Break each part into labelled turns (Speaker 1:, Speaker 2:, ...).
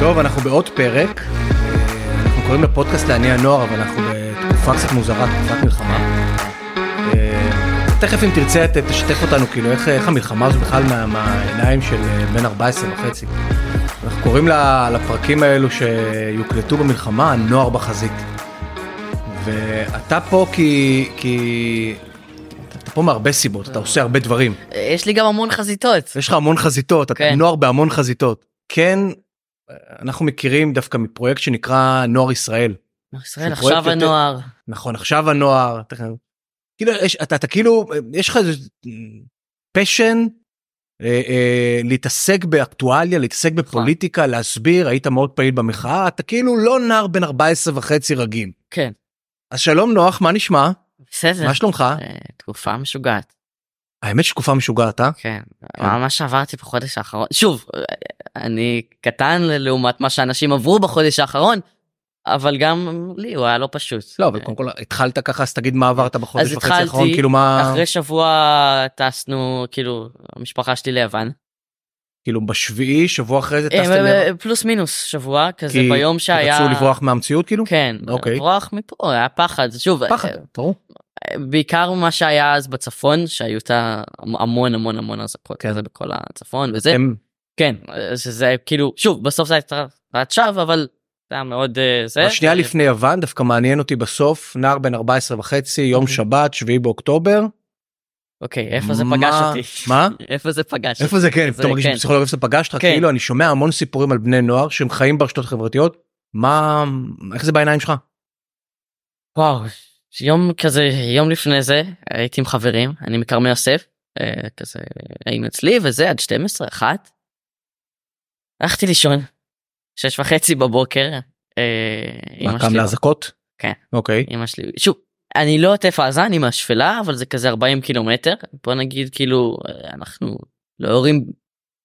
Speaker 1: טוב, אנחנו בעוד פרק. אה, אנחנו קוראים לפודקאסט לעני הנוער, אבל אנחנו בתקופה קצת מוזרה, תקופת מלחמה. אה, תכף אם תרצה ת- תשתף אותנו, כאילו איך, איך המלחמה הזו בכלל מה, מהעיניים של אה, בן 14 וחצי. אנחנו קוראים ל- לפרקים האלו שיוקלטו במלחמה, הנוער בחזית. ואתה פה כי... כי... אתה פה מהרבה סיבות, אתה עושה הרבה דברים.
Speaker 2: יש לי גם המון חזיתות.
Speaker 1: יש לך המון חזיתות, אתה
Speaker 2: כן.
Speaker 1: נוער בהמון חזיתות. כן, אנחנו מכירים דווקא מפרויקט שנקרא נוער ישראל.
Speaker 2: ישראל
Speaker 1: שהוא פרויקט
Speaker 2: עכשיו
Speaker 1: יותר-
Speaker 2: הנוער.
Speaker 1: נכון, עכשיו הנוער, אתה, כאילו, יש, אתה, אתה כאילו, יש לך איזה פשן אה, אה, להתעסק באקטואליה, להתעסק
Speaker 2: נכון.
Speaker 1: בפוליטיקה, להסביר, היית מאוד פעיל במחאה, אתה כאילו לא נער בן 14 וחצי רגיל.
Speaker 2: כן,
Speaker 1: אז שלום נוח, מה נשמע?
Speaker 2: בסדר.
Speaker 1: מה שלומך?
Speaker 2: אה, תקופה משוגעת.
Speaker 1: האמת שתקופה משוגעת, אה?
Speaker 2: כן.
Speaker 1: כן.
Speaker 2: מה שעברתי בחודש האחרון, שוב, אה, אני קטן ל- לעומת מה שאנשים עברו בחודש האחרון, אבל גם לי הוא היה לא פשוט.
Speaker 1: לא, אבל קודם כל התחלת ככה, אז תגיד מה עברת בחודש
Speaker 2: כן. אז
Speaker 1: וחצי האחרון,
Speaker 2: התחלתי,
Speaker 1: כאילו מה,
Speaker 2: אה, אחרי שבוע טסנו, כאילו, המשפחה שלי ליוון.
Speaker 1: כאילו בשביעי, שבוע אחרי זה
Speaker 2: אה,
Speaker 1: טסתם
Speaker 2: אה,
Speaker 1: ל-
Speaker 2: אה, פלוס מינוס שבוע, כזה
Speaker 1: כי
Speaker 2: ביום שהיה...
Speaker 1: רצו לברוח מהמציאות כאילו?
Speaker 2: כן,
Speaker 1: אוקיי.
Speaker 2: לברוח מפה, היה פחד, שוב,
Speaker 1: פחד,
Speaker 2: אה,
Speaker 1: ברור.
Speaker 2: בעיקר מה שהיה אז בצפון שהיו את ה- המון המון המון אזעקות
Speaker 1: כן.
Speaker 2: כזה בכל הצפון וזה
Speaker 1: הם
Speaker 2: כן שזה כאילו שוב בסוף זה הייתה התרעת שווא אבל זה היה מאוד אה, זה
Speaker 1: השנייה לפני יוון דווקא מעניין אותי בסוף נער בן 14 וחצי יום
Speaker 2: אוקיי.
Speaker 1: שבת 7 באוקטובר
Speaker 2: אוקיי איפה זה
Speaker 1: מה-
Speaker 2: פגש אותי
Speaker 1: מה?
Speaker 2: איפה זה פגש אותי
Speaker 1: איפה זה כן אתה
Speaker 2: זה,
Speaker 1: מרגיש
Speaker 2: כן.
Speaker 1: פסיכולוג איפה זה פגש אותך
Speaker 2: כן.
Speaker 1: כאילו אני שומע המון סיפורים על בני נוער שהם חיים ברשתות החברתיות מה איך זה בעיניים שלך
Speaker 2: וואו יום כזה יום לפני זה הייתי עם חברים אני מכרמי יוסף אה, כזה היינו אצלי וזה עד 12 אחת. הלכתי לישון שש וחצי בבוקר. אה, אמא
Speaker 1: מה קם
Speaker 2: שלי-
Speaker 1: לאזעקות
Speaker 2: כן.
Speaker 1: אוקיי
Speaker 2: אמא שלי שוב אני לא עוטף עזה אני מהשפלה אבל זה כזה 40 קילומטר בוא נגיד כאילו אנחנו לא יורים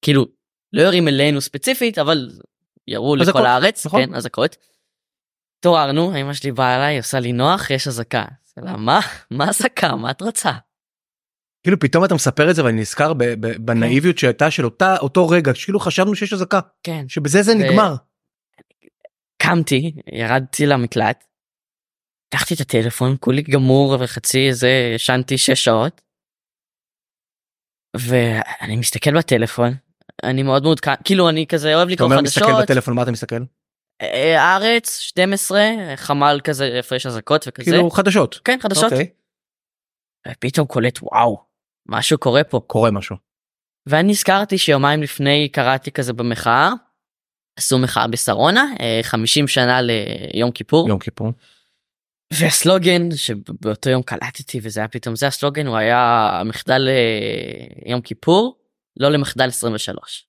Speaker 2: כאילו לא יורים אלינו ספציפית אבל ירו
Speaker 1: אזעקות,
Speaker 2: לכל הארץ
Speaker 1: נכון.
Speaker 2: כן אזעקות. התעוררנו אמא שלי באה אליי עושה לי נוח יש אזעקה. שאלה, מה מה אזעקה מה את רוצה
Speaker 1: כאילו פתאום אתה מספר את זה ואני נזכר ב- ב- בנאיביות שהייתה של אותה אותו רגע כאילו חשבנו שיש אזעקה
Speaker 2: כן
Speaker 1: שבזה זה
Speaker 2: ו-
Speaker 1: נגמר
Speaker 2: קמתי ירדתי למקלט. לקחתי את הטלפון כולי גמור וחצי זה ישנתי שש שעות. ואני מסתכל בטלפון אני מאוד מעודכן כאילו אני כזה אוהב
Speaker 1: אתה
Speaker 2: לקרוא
Speaker 1: אומר
Speaker 2: חדשות
Speaker 1: מסתכל בטלפון מה אתה מסתכל
Speaker 2: אה, הארץ 12 חמ"ל כזה איפה יש אזעקות וכזה
Speaker 1: כאילו חדשות
Speaker 2: כן חדשות
Speaker 1: אוקיי.
Speaker 2: פתאום קולט וואו משהו קורה פה
Speaker 1: קורה משהו
Speaker 2: ואני הזכרתי שיומיים לפני קראתי כזה במחאה עשו מחאה בשרונה אה, 50 שנה ליום כיפור
Speaker 1: יום כיפור
Speaker 2: והסלוגן שבאותו יום קלטתי וזה היה פתאום זה הסלוגן הוא היה מחדל אה, יום כיפור לא למחדל 23.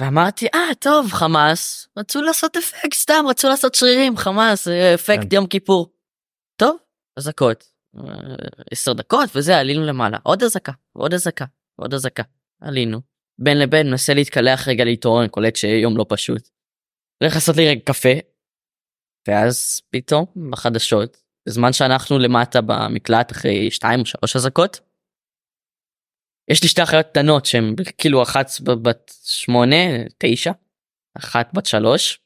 Speaker 2: ואמרתי אה טוב חמאס רצו לעשות אפקט סתם רצו לעשות שרירים חמאס אה, אפקט
Speaker 1: כן.
Speaker 2: יום כיפור. טוב אזעקות אה, עשר דקות וזה עלינו למעלה עוד אזעקה עוד אזעקה עוד אזעקה עלינו בין לבין מנסה להתקלח רגע להתעורר אני קולט שיום לא פשוט. הולך לעשות לי רגע קפה ואז פתאום בחדשות בזמן שאנחנו למטה במקלט אחרי שתיים או שלוש אזעקות. יש לי שתי אחיות קטנות שהן כאילו אחת ב- בת שמונה תשע אחת בת שלוש.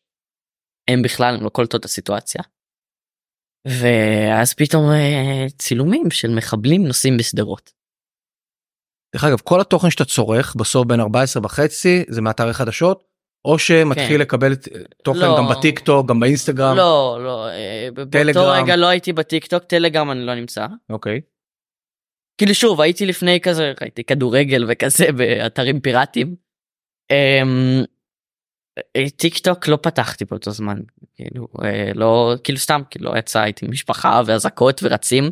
Speaker 2: הם בכלל לא קולטות את הסיטואציה. ואז פתאום אה, צילומים של מחבלים נוסעים בשדרות.
Speaker 1: דרך אגב כל התוכן שאתה צורך בסוף בין 14 וחצי זה מאתרי חדשות או שמתחיל
Speaker 2: כן.
Speaker 1: לקבל ת- תוכן
Speaker 2: לא.
Speaker 1: גם בטיק טוק גם באינסטגרם
Speaker 2: לא לא אה, ב- באותו
Speaker 1: טלגרם.
Speaker 2: רגע לא הייתי בטיק טוק טלגרם אני לא נמצא.
Speaker 1: אוקיי
Speaker 2: כאילו שוב הייתי לפני כזה ראיתי כדורגל וכזה באתרים פיראטיים. אמ, אה, טיק טוק לא פתחתי באותו זמן כאילו אה, לא כאילו סתם כאילו לא יצא הייתי עם משפחה ואזעקות ורצים.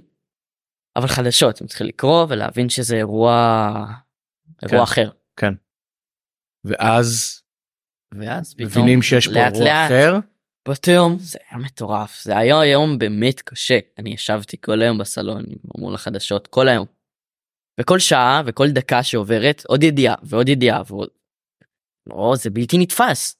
Speaker 2: אבל חדשות אני צריך לקרוא ולהבין שזה אירוע אירוע
Speaker 1: כן.
Speaker 2: אחר.
Speaker 1: ואז
Speaker 2: ואז פתאום
Speaker 1: מבינים שיש פה
Speaker 2: לאט
Speaker 1: אירוע
Speaker 2: לאט
Speaker 1: אחר
Speaker 2: באותו יום זה היה מטורף זה היה יום באמת קשה אני ישבתי כל היום בסלון מול החדשות כל היום. וכל שעה וכל דקה שעוברת עוד ידיעה ועוד ידיעה ועוד. או זה בלתי נתפס.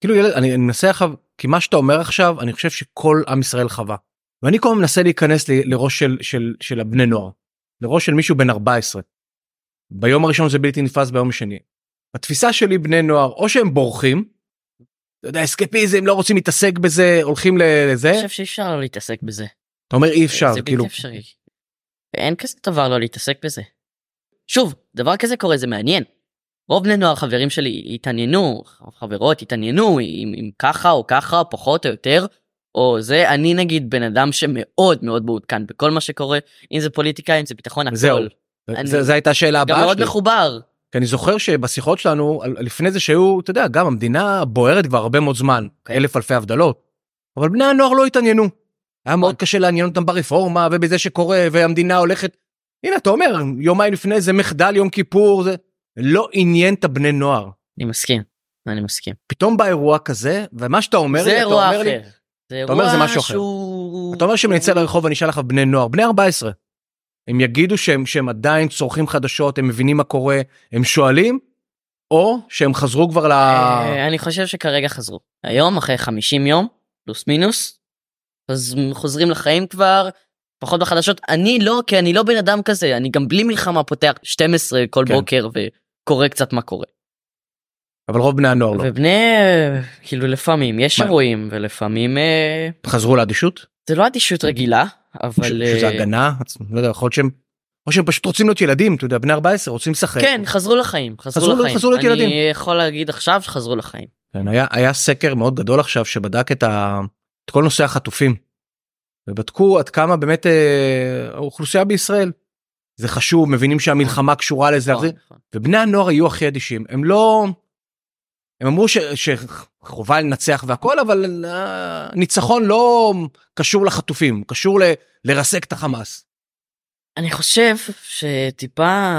Speaker 1: כאילו ילד אני אני מנסה עכשיו כי מה שאתה אומר עכשיו אני חושב שכל עם ישראל חווה ואני כל הזמן מנסה להיכנס ל- לראש של של של הבני נוער לראש של מישהו בן 14. ביום הראשון זה בלתי נתפס ביום השני בתפיסה שלי בני נוער או שהם בורחים. אתה יודע אסקפיזם לא רוצים להתעסק בזה הולכים לזה
Speaker 2: אני חושב שאי אפשר לא להתעסק בזה.
Speaker 1: אתה אומר אי אפשר
Speaker 2: זה בלתי
Speaker 1: כאילו
Speaker 2: אפשרי. אין כזה דבר לא להתעסק בזה. שוב, דבר כזה קורה זה מעניין. רוב בני נוער חברים שלי התעניינו, חברות התעניינו אם, אם ככה או ככה, פחות או יותר, או זה, אני נגיד בן אדם שמאוד מאוד מעודכן בכל מה שקורה, אם זה פוליטיקה, אם זה ביטחון, הכל.
Speaker 1: זהו,
Speaker 2: אני-
Speaker 1: זה- זה הייתה השאלה
Speaker 2: גם
Speaker 1: הבאה
Speaker 2: מאוד
Speaker 1: שלי.
Speaker 2: מחובר.
Speaker 1: כי אני זוכר שבשיחות שלנו על- לפני זה שהיו אתה יודע גם המדינה בוערת כבר הרבה מאוד זמן אלף אלפי הבדלות. אבל בני הנוער לא התעניינו. היה מאוד קשה לעניין אותם ברפורמה ובזה שקורה והמדינה הולכת. הנה אתה אומר יומיים לפני זה מחדל יום כיפור זה לא עניין את הבני נוער.
Speaker 2: אני מסכים, אני מסכים.
Speaker 1: פתאום בא אירוע כזה ומה שאתה אומר
Speaker 2: זה
Speaker 1: לי אתה
Speaker 2: אירוע
Speaker 1: אומר
Speaker 2: אחר.
Speaker 1: לי
Speaker 2: זה
Speaker 1: אתה אומר, זה
Speaker 2: אירוע
Speaker 1: משהו אחר.
Speaker 2: שהוא...
Speaker 1: אתה אומר שאם נצא לרחוב אני אשאל לך בני נוער בני 14. הם יגידו שהם שהם עדיין צורכים חדשות הם מבינים מה קורה הם שואלים. או שהם חזרו כבר ל...
Speaker 2: אה, אני חושב שכרגע חזרו. היום, אחרי 50 יום, פלוס מינוס, אז הם חוזרים לחיים כבר, פחות בחדשות. אני לא, כי אני לא בן אדם כזה, אני גם בלי מלחמה פותח 12 כל
Speaker 1: כן.
Speaker 2: בוקר וקורא קצת מה קורה.
Speaker 1: אבל רוב בני הנוער לא.
Speaker 2: ובני, אה, כאילו לפעמים יש
Speaker 1: מה?
Speaker 2: אירועים, ולפעמים אה,
Speaker 1: חזרו לאדישות?
Speaker 2: זה לא אדישות רגילה,
Speaker 1: ש-
Speaker 2: אבל...
Speaker 1: שזה
Speaker 2: אה,
Speaker 1: הגנה? לא יודע, יכול להיות שהם... או שהם פשוט רוצים להיות ילדים, אתה יודע, בני 14, רוצים לשחק.
Speaker 2: כן, חזרו לחיים,
Speaker 1: חזרו
Speaker 2: חזרו
Speaker 1: ל-
Speaker 2: לחיים.
Speaker 1: חזרו להיות ילדים.
Speaker 2: אני יכול להגיד עכשיו שחזרו לחיים.
Speaker 1: כן, היה, היה סקר מאוד גדול עכשיו שבדק את, ה, את כל נושא החטופים. ובדקו עד כמה באמת אה, האוכלוסייה בישראל. זה חשוב, מבינים שהמלחמה קשורה לזה.
Speaker 2: נכון,
Speaker 1: זה-
Speaker 2: נכון.
Speaker 1: ובני הנוער היו הכי אדישים. הם לא... הם אמרו ש, שחובה לנצח והכל, אבל אה, ניצחון לא קשור לחטופים, קשור ל, לרסק את החמאס.
Speaker 2: אני חושב שטיפה,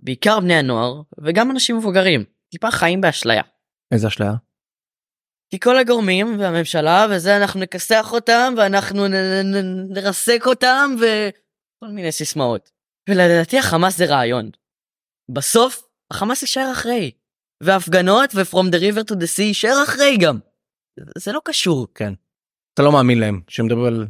Speaker 2: בעיקר בני הנוער, וגם אנשים מבוגרים, טיפה חיים באשליה.
Speaker 1: איזה אשליה?
Speaker 2: כי כל הגורמים והממשלה וזה, אנחנו נכסח אותם, ואנחנו נ- נ- נ- נרסק אותם, וכל מיני סיסמאות. ולדעתי החמאס זה רעיון. בסוף, החמאס יישאר אחרי. והפגנות ו-From the river to the sea יישאר אחרי גם. זה לא קשור.
Speaker 1: אתה לא מאמין להם, שמדבר על...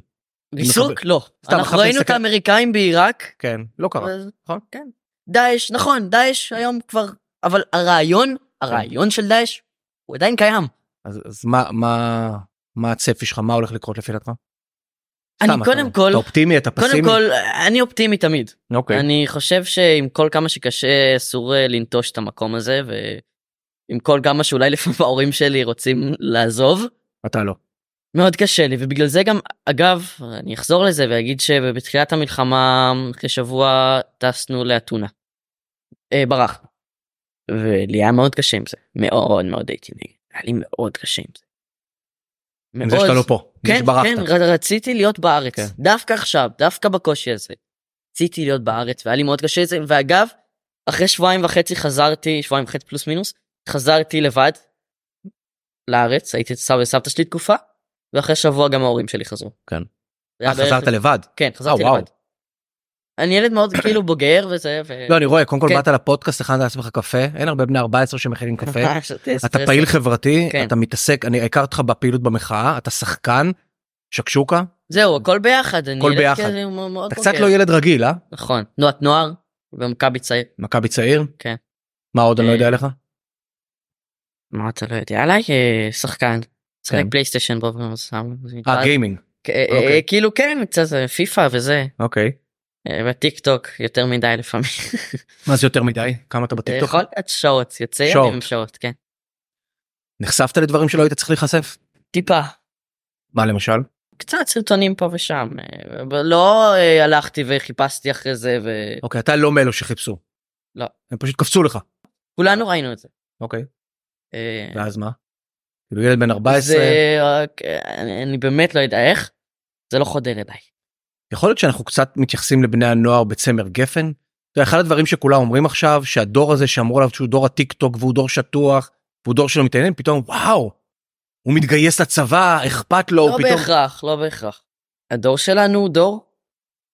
Speaker 2: ריסוק? לא.
Speaker 1: סתם,
Speaker 2: אנחנו
Speaker 1: מחבל
Speaker 2: ראינו את
Speaker 1: מסתכל-
Speaker 2: האמריקאים בעיראק,
Speaker 1: כן, לא קרה.
Speaker 2: אז-
Speaker 1: נכון?
Speaker 2: כן. דאעש, נכון, דאעש היום כבר, אבל הרעיון, הרעיון של דאעש, הוא עדיין קיים.
Speaker 1: אז, אז מה, מה, מה הצפי שלך, מה הולך לקרות לפי דעתך?
Speaker 2: אני
Speaker 1: סתם, אתה-
Speaker 2: קודם כל,
Speaker 1: אתה אופטימי, אתה פסימי?
Speaker 2: קודם כל, אני אופטימי תמיד.
Speaker 1: אוקיי.
Speaker 2: אני חושב שעם כל כמה שקשה, אסור אה, לנטוש את המקום הזה, ועם כל כמה שאולי לפעמים ההורים שלי רוצים לעזוב,
Speaker 1: אתה לא.
Speaker 2: מאוד קשה לי, ובגלל זה גם, אגב, אני אחזור לזה ואגיד שבתחילת המלחמה, אחרי שבוע טסנו לאתונה. אה, ברחנו. ולי היה מאוד קשה עם זה, מאוד מאוד הייתי נגד, היה לי מאוד קשה עם זה.
Speaker 1: עם זה שאתה לא פה. זה
Speaker 2: כן,
Speaker 1: שברחת.
Speaker 2: כן, ר- רציתי להיות בארץ,
Speaker 1: כן.
Speaker 2: דווקא עכשיו, דווקא בקושי הזה. רציתי להיות בארץ, והיה לי מאוד קשה את זה, ואגב, אחרי שבועיים וחצי חזרתי, שבועיים וחצי פלוס מינוס, חזרתי לבד לארץ, הייתי אצל סבא וסבתא שלי תקופה, ואחרי שבוע גם ההורים שלי חזרו.
Speaker 1: כן.
Speaker 2: זה היה
Speaker 1: אה,
Speaker 2: בערך-
Speaker 1: חזרת לבד.
Speaker 2: כן, חזרתי
Speaker 1: אה, וואו.
Speaker 2: לבד. אני ילד מאוד כאילו בוגר וזה, ו...
Speaker 1: לא, אני רואה, קודם כל
Speaker 2: כן.
Speaker 1: באת לפודקאסט, הכנת לעצמך קפה, אין הרבה בני 14 שמכינים קפה.
Speaker 2: שתיתי
Speaker 1: אתה
Speaker 2: אספרסו.
Speaker 1: פעיל חברתי,
Speaker 2: כן.
Speaker 1: אתה מתעסק, אני הכרתי אותך בפעילות במחאה, אתה שחקן, שקשוקה,
Speaker 2: זהו, הכל ביחד. אני
Speaker 1: הכל
Speaker 2: ילד
Speaker 1: ביחד.
Speaker 2: כזה מאוד מאוד
Speaker 1: אתה קצת
Speaker 2: בוגר.
Speaker 1: לא ילד רגיל, אה?
Speaker 2: נכון, תנועת נוער, במכבי צעיר.
Speaker 1: מכבי צעיר.
Speaker 2: כן.
Speaker 1: מה עוד אני לא
Speaker 2: אה,
Speaker 1: יודע עליך?
Speaker 2: מה אתה לא יודע עליי? אה, שחקן. שחק
Speaker 1: כן.
Speaker 2: פלייסטיישן בו ומסם. זה נקרא-
Speaker 1: אה, גיימינג.
Speaker 2: אה, אה,
Speaker 1: אוקיי.
Speaker 2: כאילו כן, קצת אה, פיפא וזה.
Speaker 1: אוקיי.
Speaker 2: בטיק טוק יותר מדי לפעמים.
Speaker 1: מה זה יותר מדי? כמה אתה בטיקטוק?
Speaker 2: אה, יכול להיות שעות, יוצא ימים
Speaker 1: שעות.
Speaker 2: עם שעות, כן.
Speaker 1: נחשפת לדברים שלא היית צריך להיחשף?
Speaker 2: טיפה.
Speaker 1: מה למשל?
Speaker 2: קצת סרטונים פה ושם. אה, אבל לא אה, הלכתי וחיפשתי אחרי זה וכולנו
Speaker 1: אוקיי, אתה לא מאלו שחיפשו.
Speaker 2: לא.
Speaker 1: הם פשוט קפצו לך.
Speaker 2: ראינו את זה.
Speaker 1: אוקיי.
Speaker 2: אה,
Speaker 1: ואז מה? כאילו ילד בן 14,
Speaker 2: זה רק- אני- אני באמת לא יודע איך. זה לא חודל אליי.
Speaker 1: יכול להיות שאנחנו קצת מתייחסים לבני הנוער בצמר גפן. אתה יודע, אחד הדברים שכולם אומרים עכשיו, שהדור הזה שאמרו עליו שהוא דור הטיק טוק והוא דור שטוח, והוא דור שלא מתעניין, פתאום וואו, הוא מתגייס לצבא, אכפת לו,
Speaker 2: לא
Speaker 1: הוא פתאום...
Speaker 2: בהכרח, לא בהכרח. הדור שלנו הוא דור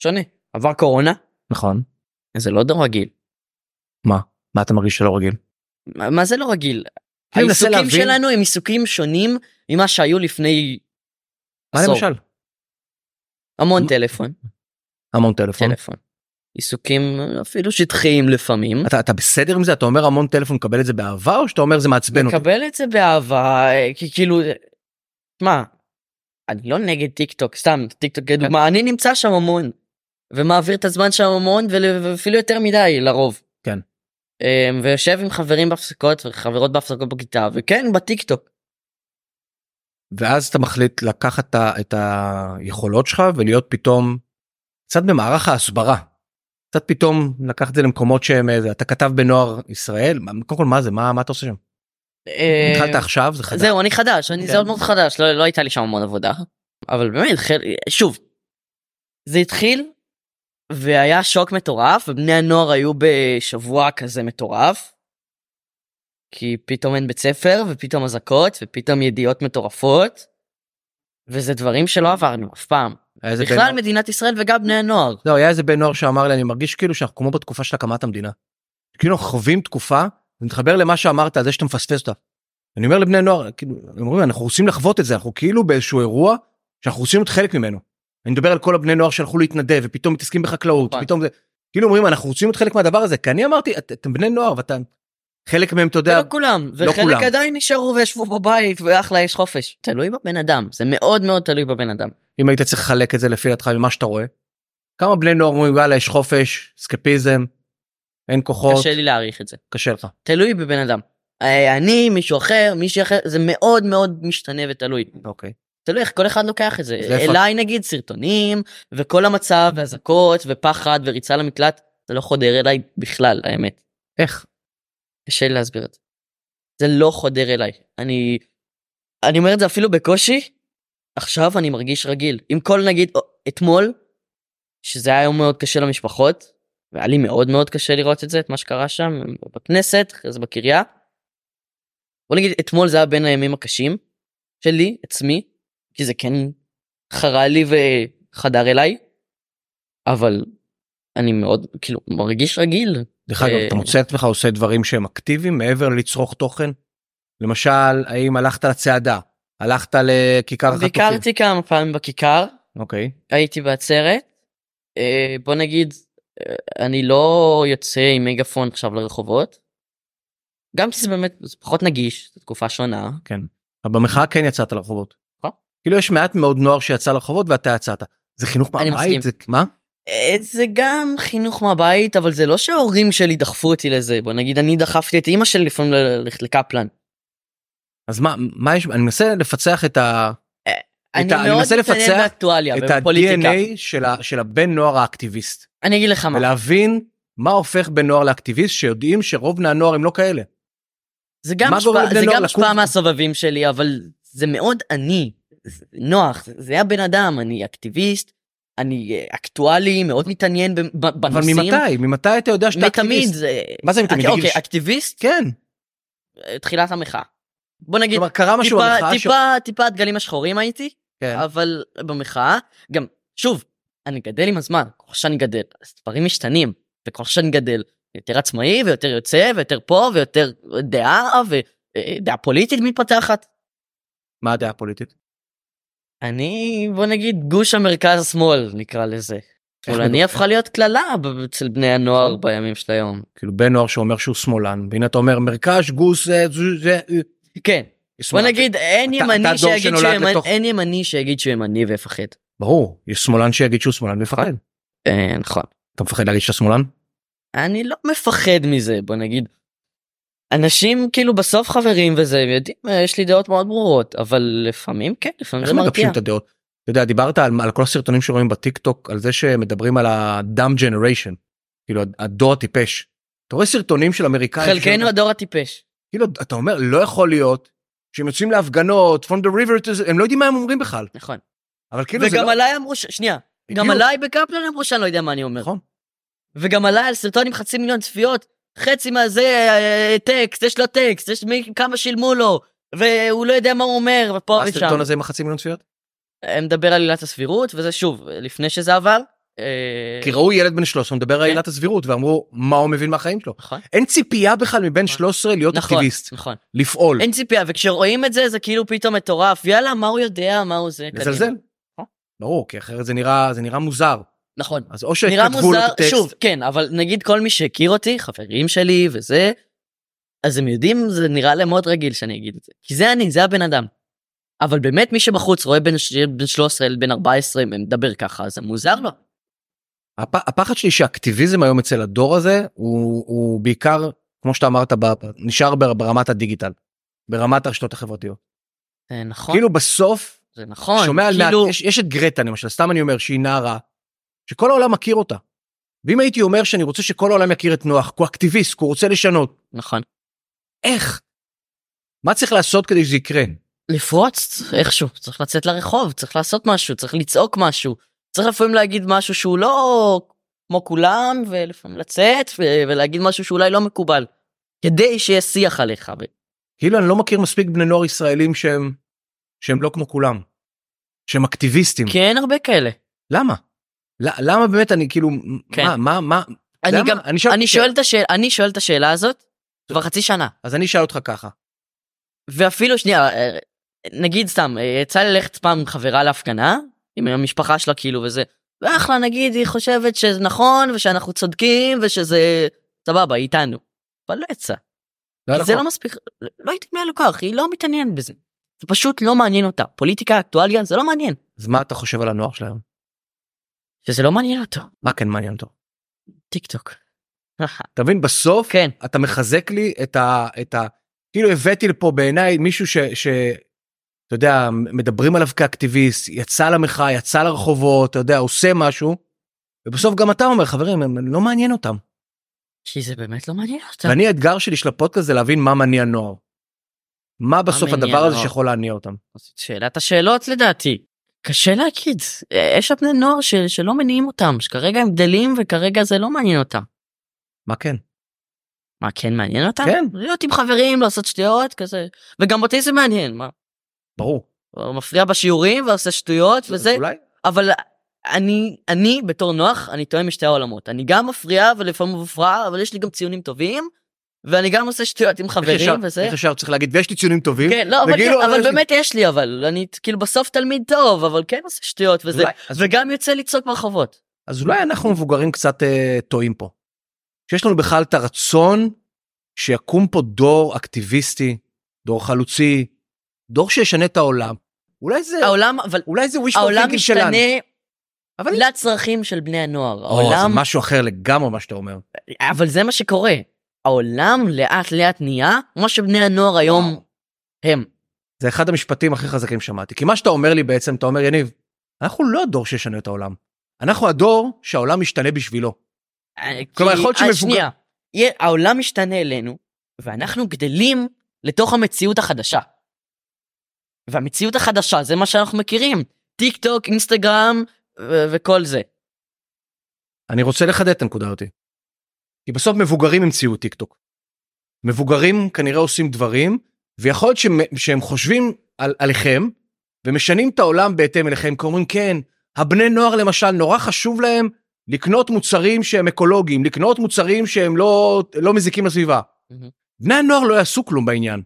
Speaker 2: שונה. עבר קורונה,
Speaker 1: נכון.
Speaker 2: זה לא דור רגיל.
Speaker 1: מה? מה אתה מרגיש שלא רגיל?
Speaker 2: מה מה זה לא רגיל?
Speaker 1: אני כן, מנסה
Speaker 2: העיסוקים
Speaker 1: להבין.
Speaker 2: שלנו הם עיסוקים שונים ממה שהיו לפני
Speaker 1: מה
Speaker 2: עשור.
Speaker 1: למשל?
Speaker 2: המון
Speaker 1: מה?
Speaker 2: טלפון,
Speaker 1: המון טלפון.
Speaker 2: טלפון. עיסוקים אפילו שטחיים לפעמים.
Speaker 1: אתה, אתה בסדר עם זה? אתה אומר המון טלפון, מקבל את זה באהבה, או שאתה אומר זה מעצבן אותי?
Speaker 2: מקבל את זה באהבה, אה, כי כאילו, מה, אני לא נגד טיק טוק, סתם טיק
Speaker 1: כן.
Speaker 2: טוק כדוגמה, אני נמצא שם המון, ומעביר את הזמן שם המון, ול- ואפילו יותר מדי לרוב.
Speaker 1: כן.
Speaker 2: אה, ויושב עם חברים בהפסקות וחברות בהפסקות בכיתה, וכן, בטיק טוק.
Speaker 1: ואז אתה מחליט לקחת את ה- את היכולות שלך ולהיות פתאום קצת במערך ההסברה. קצת פתאום לקחת את זה למקומות שהם איזה, אתה כתב בנוער ישראל, מה- קודם כל מה זה, מה, מה אתה עושה שם?
Speaker 2: אה,
Speaker 1: התחלת עכשיו, זה חדש.
Speaker 2: זהו, אני חדש, אני
Speaker 1: כן.
Speaker 2: זה עוד מאוד חדש, לא לא הייתה לי שם המון עבודה. אבל באמת, חל- שוב, זה התחיל והיה שוק מטורף, ובני הנוער היו בשבוע כזה מטורף. כי פתאום אין בית ספר, ופתאום אזעקות, ופתאום ידיעות מטורפות. וזה דברים שלא עברנו אף פעם.
Speaker 1: היה איזה בן
Speaker 2: בכלל
Speaker 1: נוער-
Speaker 2: מדינת ישראל וגם בני הנוער.
Speaker 1: זהו, לא, היה איזה בן נוער שאמר לי, אני מרגיש כאילו שאנחנו כמו בתקופה של הקמת המדינה. כאילו אנחנו חווים תקופה, זה מתחבר למה שאמרת, על זה שאתה מפספס אותה. אני אומר לבני נוער, כאילו, הם אומרים, אנחנו רוצים לחוות את זה, אנחנו כאילו באיזשהו אירוע שאנחנו רוצים להיות חלק ממנו. אני מדבר על כל הבני נוער שהלכו להתנדב, ופתאום מתעסקים בחקלאות,
Speaker 2: נכון.
Speaker 1: פתאום זה... כאילו אומרים, אנחנו רוצים להיות חלק מהדבר הזה, כי אני אמרתי, "את- אתם בני נוער, ואתה... חלק מהם, אתה יודע,
Speaker 2: ולא כולם,
Speaker 1: לא
Speaker 2: וחלק
Speaker 1: כולם.
Speaker 2: עדיין נשארו וישבו בבית, ואחלה יש חופש. תלוי בבן אדם, זה מאוד מאוד תלוי בבן אדם.
Speaker 1: אם היית צריך לחלק את זה לפי דעתך ממה שאתה רואה, כמה בני נוער אומרים, וואלה, יש חופש, אסקפיזם, אין כוחות,
Speaker 2: קשה לי להעריך את זה.
Speaker 1: קשה לך.
Speaker 2: תלוי בבן אדם. אה, אני, מישהו אחר, מישהי אחר, זה מאוד מאוד משתנה ותלוי.
Speaker 1: אוקיי.
Speaker 2: תלוי איך כל אחד לוקח את זה.
Speaker 1: אז איפה-
Speaker 2: אליי נגיד סרטונים, וכל המצב, ואזעקות, ופחד, וריצה למקלט, זה לא חודר אליי בכלל, האמת.
Speaker 1: איך?
Speaker 2: קשה לי להסביר את זה. זה לא חודר אליי. אני... אני אומר את זה אפילו בקושי, עכשיו אני מרגיש רגיל. עם כל נגיד, או, אתמול, שזה היה יום מאוד קשה למשפחות, והיה לי מאוד מאוד קשה לראות את זה, את מה שקרה שם, בכנסת, אחרי זה בקריה. בוא נגיד, אתמול זה היה בין הימים הקשים שלי, עצמי, כי זה כן חרה לי וחדר אליי, אבל אני מאוד, כאילו, מרגיש רגיל.
Speaker 1: דרך אגב,
Speaker 2: אה,
Speaker 1: אתה מוצא את עצמך עושה דברים שהם אקטיביים מעבר ללצרוך תוכן? למשל, האם הלכת לצעדה? הלכת לכיכר החטופים?
Speaker 2: ביקרתי כמה פעמים בכיכר,
Speaker 1: אוקיי.
Speaker 2: הייתי בעצרת. אה, בוא נגיד, אה, אני לא יוצא עם מגפון עכשיו לרחובות. גם כי זה באמת, זה פחות נגיש, זו תקופה שונה.
Speaker 1: אבל במחאה כן יצאת לרחובות.
Speaker 2: נכון.
Speaker 1: כאילו יש מעט מאוד נוער שיצא לרחובות ואתה יצאת. זה חינוך
Speaker 2: אני
Speaker 1: מהבית?
Speaker 2: מסכים.
Speaker 1: זה מה?
Speaker 2: אה, זה גם חינוך מהבית, אבל זה לא שההורים שלי דחפו אותי לזה. בוא נגיד, אני דחפתי את אימא שלי לפעמים ללכת לקפלן.
Speaker 1: אז מה, מה יש? אני מנסה לפצח את ה...
Speaker 2: אה, אני
Speaker 1: את ה- אני
Speaker 2: מאוד
Speaker 1: מנסה
Speaker 2: מתעניין
Speaker 1: לפצח
Speaker 2: באקטואליה,
Speaker 1: את
Speaker 2: בפוליטיקה.
Speaker 1: ה-DNA של ה- של הבן נוער האקטיביסט.
Speaker 2: אני אגיד לך מה,
Speaker 1: ולהבין מה הופך בן נוער לאקטיביסט שיודעים שרוב בני הנוער הם לא כאלה.
Speaker 2: זה גם
Speaker 1: מה גורם
Speaker 2: השפעה- זה
Speaker 1: לבני נוער
Speaker 2: גם השפעה
Speaker 1: לקום?
Speaker 2: מהסובבים שלי, אבל זה מאוד אני, זה נוח, זה- זה הבן אדם, אני אקטיביסט, אני אה, אקטואלי, מאוד מתעניין ב- ב-
Speaker 1: אבל
Speaker 2: בנושאים.
Speaker 1: ממתי? ממתי אתה יודע שאתה
Speaker 2: מתמיד
Speaker 1: אקטיביסט?
Speaker 2: זה...
Speaker 1: מה זה מתמיד?
Speaker 2: אוקיי,
Speaker 1: בגיל ש-
Speaker 2: אקטיביסט,
Speaker 1: כן.
Speaker 2: אה, תחילת המחאה. בוא נגיד,
Speaker 1: כלומר, קרה משהו
Speaker 2: טיפה-
Speaker 1: במחאה ש...
Speaker 2: טיפה- טיפה הדגלים השחורים הייתי,
Speaker 1: כן.
Speaker 2: אבל במחאה, גם, שוב, אני גדל עם הזמן, ככל שאני גדל, אז דברים משתנים, וככל שאני גדל, יותר עצמאי, ויותר יוצא, ויותר פה, ויותר דעה, ודעה פוליטית מתפתחת.
Speaker 1: מה הדעה הפוליטית?
Speaker 2: אני, בוא נגיד, גוש המרכז-שמאל, נקרא לזה. שמאלני
Speaker 1: מדברים?
Speaker 2: הפכה להיות קללה ב- אצל בני הנוער
Speaker 1: נכון.
Speaker 2: בימים של היום.
Speaker 1: כאילו בן נוער שאומר שהוא שמאלן, והנה אתה אומר מרכז, גוס, זה, זה, זה, אה,
Speaker 2: כן,
Speaker 1: יש
Speaker 2: בוא
Speaker 1: שמאלן.
Speaker 2: נגיד, אין
Speaker 1: אתה-
Speaker 2: ימני
Speaker 1: אתה דור
Speaker 2: שיגיד
Speaker 1: שנולד
Speaker 2: שהוא ימני-
Speaker 1: לתוך-
Speaker 2: אין ימני שיגיד שהוא ימני ויפחד.
Speaker 1: ברור, יש שמאלן שיגיד שהוא שמאלן ויפחד.
Speaker 2: אה, נכון.
Speaker 1: אתה מפחד להגיד שאתה שמאלן?
Speaker 2: אני לא מפחד מזה, בוא נגיד. אנשים כאילו בסוף חברים וזה, הם יודעים, אה, יש לי דעות מאוד ברורות, אבל לפעמים כן, לפעמים
Speaker 1: איך
Speaker 2: זה מרתיע.
Speaker 1: מגבשים את הדעות? אתה יודע, דיברת על, על כל הסרטונים שרואים בטיק טוק, על זה שמדברים על ה-dumb generation, כאילו הדור הטיפש. אתה רואה סרטונים של אמריקאים,
Speaker 2: חלקנו
Speaker 1: שאומרים-
Speaker 2: הדור הטיפש.
Speaker 1: כאילו אתה אומר לא יכול להיות שהם יוצאים להפגנות, from the river to the, הם לא יודעים מה הם אומרים בכלל,
Speaker 2: נכון.
Speaker 1: אבל כאילו זה לא,
Speaker 2: וגם עליי אמרו, ש- שנייה, גם
Speaker 1: בדיוק.
Speaker 2: עליי בקפלן אמרו שאני לא יודע מה אני אומר.
Speaker 1: נכון.
Speaker 2: וגם עליי על סרטון עם חצי מיליון צפיות, חצי מהזה אה, טקסט, יש לו טקסט, יש מי, כמה שילמו לו, והוא לא יודע מה הוא אומר, ופה
Speaker 1: מה
Speaker 2: ושם.
Speaker 1: הסרטון הזה עם החצי מיליון צפיות?
Speaker 2: אה, מדבר על עילת הסבירות, וזה שוב, לפני שזה עבר. אה,
Speaker 1: כי ראו ילד בן 13 מדבר על
Speaker 2: כן.
Speaker 1: עילת הסבירות ואמרו מה הוא מבין מהחיים שלו.
Speaker 2: נכון,
Speaker 1: אין ציפייה בכלל מבן 13 להיות
Speaker 2: נכון,
Speaker 1: אקטיביסט,
Speaker 2: נכון.
Speaker 1: לפעול,
Speaker 2: אין ציפייה, וכשרואים את זה, זה כאילו פתאום מטורף, יאללה, מה הוא יודע, מה הוא זה. קדימה.
Speaker 1: לזלזל.
Speaker 2: נכון.
Speaker 1: ברור, כי אחרת זה נראה, זה נראה מוזר.
Speaker 2: נכון.
Speaker 1: אז או
Speaker 2: נראה
Speaker 1: שכתבו לו
Speaker 2: מוזר,
Speaker 1: את הטקסט,
Speaker 2: שוב, כן, אבל נגיד כל מי שהכיר אותי, חברים שלי וזה, אז הם יודעים, זה נראה להם מאוד רגיל שאני אגיד את זה. כי זה אני, זה הבן אדם. אבל באמת מי שבחוץ רואה בן, ש- בן 13, בן 14, מדבר ככה, אז זה מוזר לו.
Speaker 1: הפ, הפחד שלי שהאקטיביזם היום אצל הדור הזה הוא, הוא בעיקר, כמו שאתה אמרת, ב, נשאר בר- ברמת הדיגיטל, ברמת הרשתות החברתיות.
Speaker 2: זה נכון,
Speaker 1: כאילו בסוף,
Speaker 2: זה נכון.
Speaker 1: שומע על
Speaker 2: כאילו,
Speaker 1: מעט, יש, יש את גרטה למשל, סתם אני אומר שהיא נערה, שכל העולם מכיר אותה. ואם הייתי אומר שאני רוצה שכל העולם יכיר את נוח, כי הוא אקטיביסט, כי הוא רוצה לשנות,
Speaker 2: נכון.
Speaker 1: איך? מה צריך לעשות כדי שזה יקרה?
Speaker 2: לפרוץ איכשהו, צריך לצאת לרחוב, צריך לעשות משהו, צריך לצעוק משהו. צריך לפעמים להגיד משהו שהוא לא כמו כולם, ולפעמים לצאת ו- ולהגיד משהו שאולי לא מקובל. כדי שיהיה שיח עליך. ו-
Speaker 1: כאילו אני לא מכיר מספיק בני נוער ישראלים שהם, שהם לא כמו כולם, שהם אקטיביסטים.
Speaker 2: כי אין הרבה כאלה.
Speaker 1: למה? ל- למה באמת אני כאילו,
Speaker 2: כן.
Speaker 1: מה, מה, מה,
Speaker 2: אני
Speaker 1: למה?
Speaker 2: גם,
Speaker 1: אני שאל,
Speaker 2: אני שואל את השאלה, אני שואל את השאלה הזאת כבר חצי שנה.
Speaker 1: אז אני אשאל אותך ככה,
Speaker 2: ואפילו שנייה, אה, נגיד סתם, אה, יצא לי ללכת פעם עם חברה להפגנה, עם המשפחה שלה כאילו וזה, ואחלה נגיד היא חושבת שזה נכון ושאנחנו צודקים ושזה סבבה, היא איתנו. אבל לא יצא, כי זה
Speaker 1: נכון.
Speaker 2: לא מספיק, לא הייתי מנהל כך, היא לא מתעניינת בזה. זה פשוט לא מעניין אותה, פוליטיקה, אקטואליה, זה לא מעניין.
Speaker 1: אז מה אתה חושב על הנוער שלהם?
Speaker 2: שזה לא מעניין אותו,
Speaker 1: מה כן מעניין אותו?
Speaker 2: טיק טוק.
Speaker 1: אתה מבין, בסוף
Speaker 2: כן,
Speaker 1: אתה מחזק לי את ה... את ה... כאילו הבאתי לפה בעיניי מישהו ש... ש... אתה יודע, מדברים עליו כאקטיביסט, יצא למחאה, יצא לרחובות, אתה יודע, עושה משהו, ובסוף גם אתה אומר, חברים, הם לא מעניין אותם.
Speaker 2: כי זה באמת לא מעניין אותה.
Speaker 1: ואני, האתגר שלי של הפודקאסט זה להבין מה מניע נוער. מה בסוף
Speaker 2: מניע
Speaker 1: הדבר הזה
Speaker 2: נוער?
Speaker 1: שיכול להניע אותם.
Speaker 2: זאת שאלת השאלות לדעתי. קשה להגיד, אה, יש שם בני נוער ש- שלא מניעים אותם, שכרגע הם גדלים וכרגע זה לא מעניין אותם.
Speaker 1: מה כן?
Speaker 2: מה כן מעניין אותם?
Speaker 1: כן.
Speaker 2: להיות עם חברים, לעשות שטויות, כזה. וגם אותי זה מעניין, מה?
Speaker 1: ברור.
Speaker 2: הוא מפריע בשיעורים ועושה שטויות וזה,
Speaker 1: אולי?
Speaker 2: אבל אני, אני בתור נוח, אני טועה משתי העולמות. אני גם מפריע ולפעמים מופרע, אבל יש לי גם ציונים טובים, ואני גם עושה שטויות עם
Speaker 1: איך ישר-
Speaker 2: חברים וזה.
Speaker 1: איך ישר צריך להגיד, ויש לי ציונים טובים.
Speaker 2: כן, לא, אבל,
Speaker 1: וכאילו,
Speaker 2: כן, אבל
Speaker 1: יש לי-
Speaker 2: באמת יש לי, אבל אני כאילו בסוף תלמיד טוב, אבל כן עושה שטויות וזה.
Speaker 1: אולי- אז-
Speaker 2: וגם יוצא לצעוק ברחובות.
Speaker 1: אז אולי אנחנו מבוגרים קצת אה, טועים פה. שיש לנו בכלל את הרצון שיקום פה דור אקטיביסטי, דור חלוצי, דור שישנה את העולם. אולי זה,
Speaker 2: העולם, אבל
Speaker 1: אולי זה wishful
Speaker 2: העולם
Speaker 1: thinking שלנו.
Speaker 2: משתנה
Speaker 1: אבל-
Speaker 2: לצרכים של בני הנוער.
Speaker 1: או, זה
Speaker 2: העולם,
Speaker 1: משהו אחר לגמרי מה שאתה אומר.
Speaker 2: אבל זה מה שקורה. העולם לאט לאט נהיה מה שבני הנוער היום הם.
Speaker 1: זה אחד המשפטים הכי חזקים שמעתי. כי מה שאתה אומר לי בעצם, אתה אומר, יניב, אנחנו לא הדור שישנה את העולם. אנחנו הדור שהעולם משתנה בשבילו. כלומר,
Speaker 2: כי-
Speaker 1: יכול להיות
Speaker 2: אה,
Speaker 1: שמבוגר-
Speaker 2: שנייה, יהיה- העולם משתנה אלינו, ואנחנו גדלים לתוך המציאות החדשה. והמציאות החדשה זה מה שאנחנו מכירים. טיק טוק, אינסטגרם ו- וכל זה.
Speaker 1: אני רוצה לחדד את הנקודה אותי. כי בסוף מבוגרים המציאו טיק טוק. מבוגרים כנראה עושים דברים, ויכול להיות שהם, שהם חושבים על, עליכם, ומשנים את העולם בהתאם אליכם, כי אומרים כן, הבני נוער למשל, נורא חשוב להם לקנות מוצרים שהם אקולוגיים, לקנות מוצרים שהם לא, לא מזיקים לסביבה.
Speaker 2: מהמם.
Speaker 1: בני הנוער לא יעשו כלום בעניין,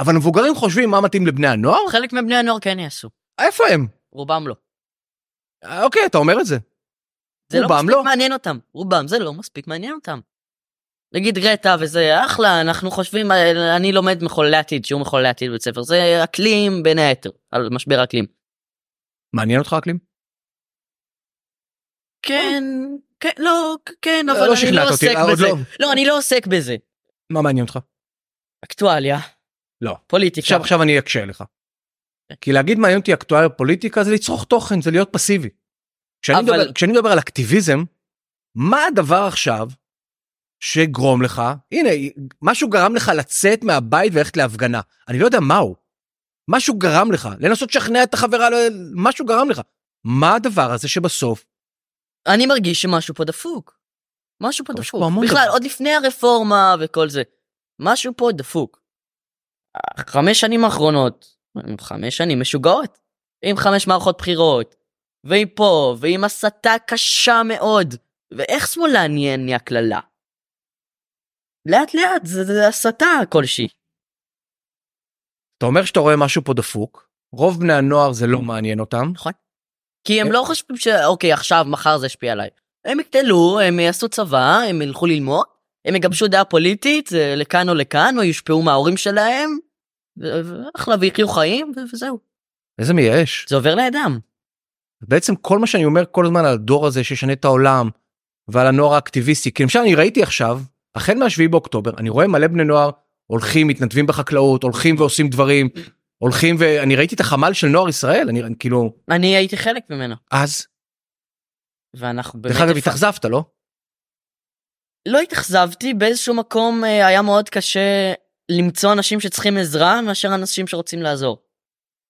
Speaker 1: אבל מבוגרים חושבים מה מתאים לבני הנוער?
Speaker 2: חלק מבני הנוער כן יעשו,
Speaker 1: איפה הם?
Speaker 2: רובם לא.
Speaker 1: אה, אוקיי, אתה אומר את זה.
Speaker 2: זה לא
Speaker 1: רובם
Speaker 2: מספיק
Speaker 1: לא.
Speaker 2: מעניין אותם, רובם זה לא מספיק מעניין אותם. נגיד גרטה וזה אחלה, אנחנו חושבים, אה, אני לומד מחוללי עתיד, שיעור מחוללי עתיד בבית ספר, זה אקלים בין היתר, על משבר האקלים.
Speaker 1: מעניין אותך אקלים?
Speaker 2: כן, כן, לא, כ- כן,
Speaker 1: לא
Speaker 2: אבל אני
Speaker 1: שכנעת
Speaker 2: לא
Speaker 1: אותי,
Speaker 2: עוסק
Speaker 1: עוד
Speaker 2: בזה.
Speaker 1: לא.
Speaker 2: לא, אני לא עוסק בזה.
Speaker 1: מה מעניין אותך?
Speaker 2: אקטואליה.
Speaker 1: לא.
Speaker 2: פוליטיקה.
Speaker 1: עכשיו עכשיו אני אקשה לך. כי להגיד מעניין אותי אקטואליה פוליטיקה זה לצרוך תוכן זה להיות פסיבי. כשאני,
Speaker 2: אבל-
Speaker 1: מדבר, כשאני מדבר על אקטיביזם מה הדבר עכשיו שגרום לך הנה משהו גרם לך לצאת מהבית וללכת להפגנה אני לא יודע מהו. משהו גרם לך לנסות לשכנע את החברה לא- משהו גרם לך מה הדבר הזה שבסוף
Speaker 2: אני מרגיש שמשהו פה דפוק. משהו פה
Speaker 1: אבל יש
Speaker 2: דפוק.
Speaker 1: פה המון
Speaker 2: בכלל,
Speaker 1: דפוק.
Speaker 2: עוד לפני הרפורמה וכל זה. משהו פה דפוק. חמש שנים האחרונות, הם חמש שנים משוגעות. עם חמש מערכות בחירות, ועם פה, ועם הסתה קשה מאוד. ואיך שמאלן נהיה- נהיה קללה? לאט לאט, זה, זה הסתה כלשהי.
Speaker 1: אתה אומר שאתה רואה משהו פה דפוק רוב בני הנוער זה לא מעניין אותם
Speaker 2: נכון. כי הם
Speaker 1: כן.
Speaker 2: לא חושבים שאוקיי, עכשיו, מחר זה ישפיע עליי. הם יגדלו, הם יעשו צבא, הם ילכו ללמוד, הם יגבשו דעה פוליטית, אה, לכאן או לכאן, או יושפעו מההורים שלהם, ו- ואחלה, ויחיו חיים, ו- וזהו.
Speaker 1: איזה מייאש.
Speaker 2: זה עובר לידם.
Speaker 1: בעצם כל מה שאני אומר כל הזמן על הדור הזה שישנה את העולם ועל הנוער האקטיביסטי, כי למשל אני ראיתי עכשיו, החל מהשביעי באוקטובר, אני רואה מלא בני נוער הולכים, מתנדבים בחקלאות, הולכים ועושים דברים, הולכים ואני ראיתי את החמ"ל של נוער ישראל, אני אני כאילו,
Speaker 2: אני הייתי חלק ממנו,
Speaker 1: אז,
Speaker 2: ואנחנו באמת...
Speaker 1: דרך אגב
Speaker 2: הפ-
Speaker 1: התאכזבת, לא?
Speaker 2: לא התאכזבתי, באיזשהו מקום אה, היה מאוד קשה למצוא אנשים שצריכים עזרה, מאשר אנשים שרוצים לעזור.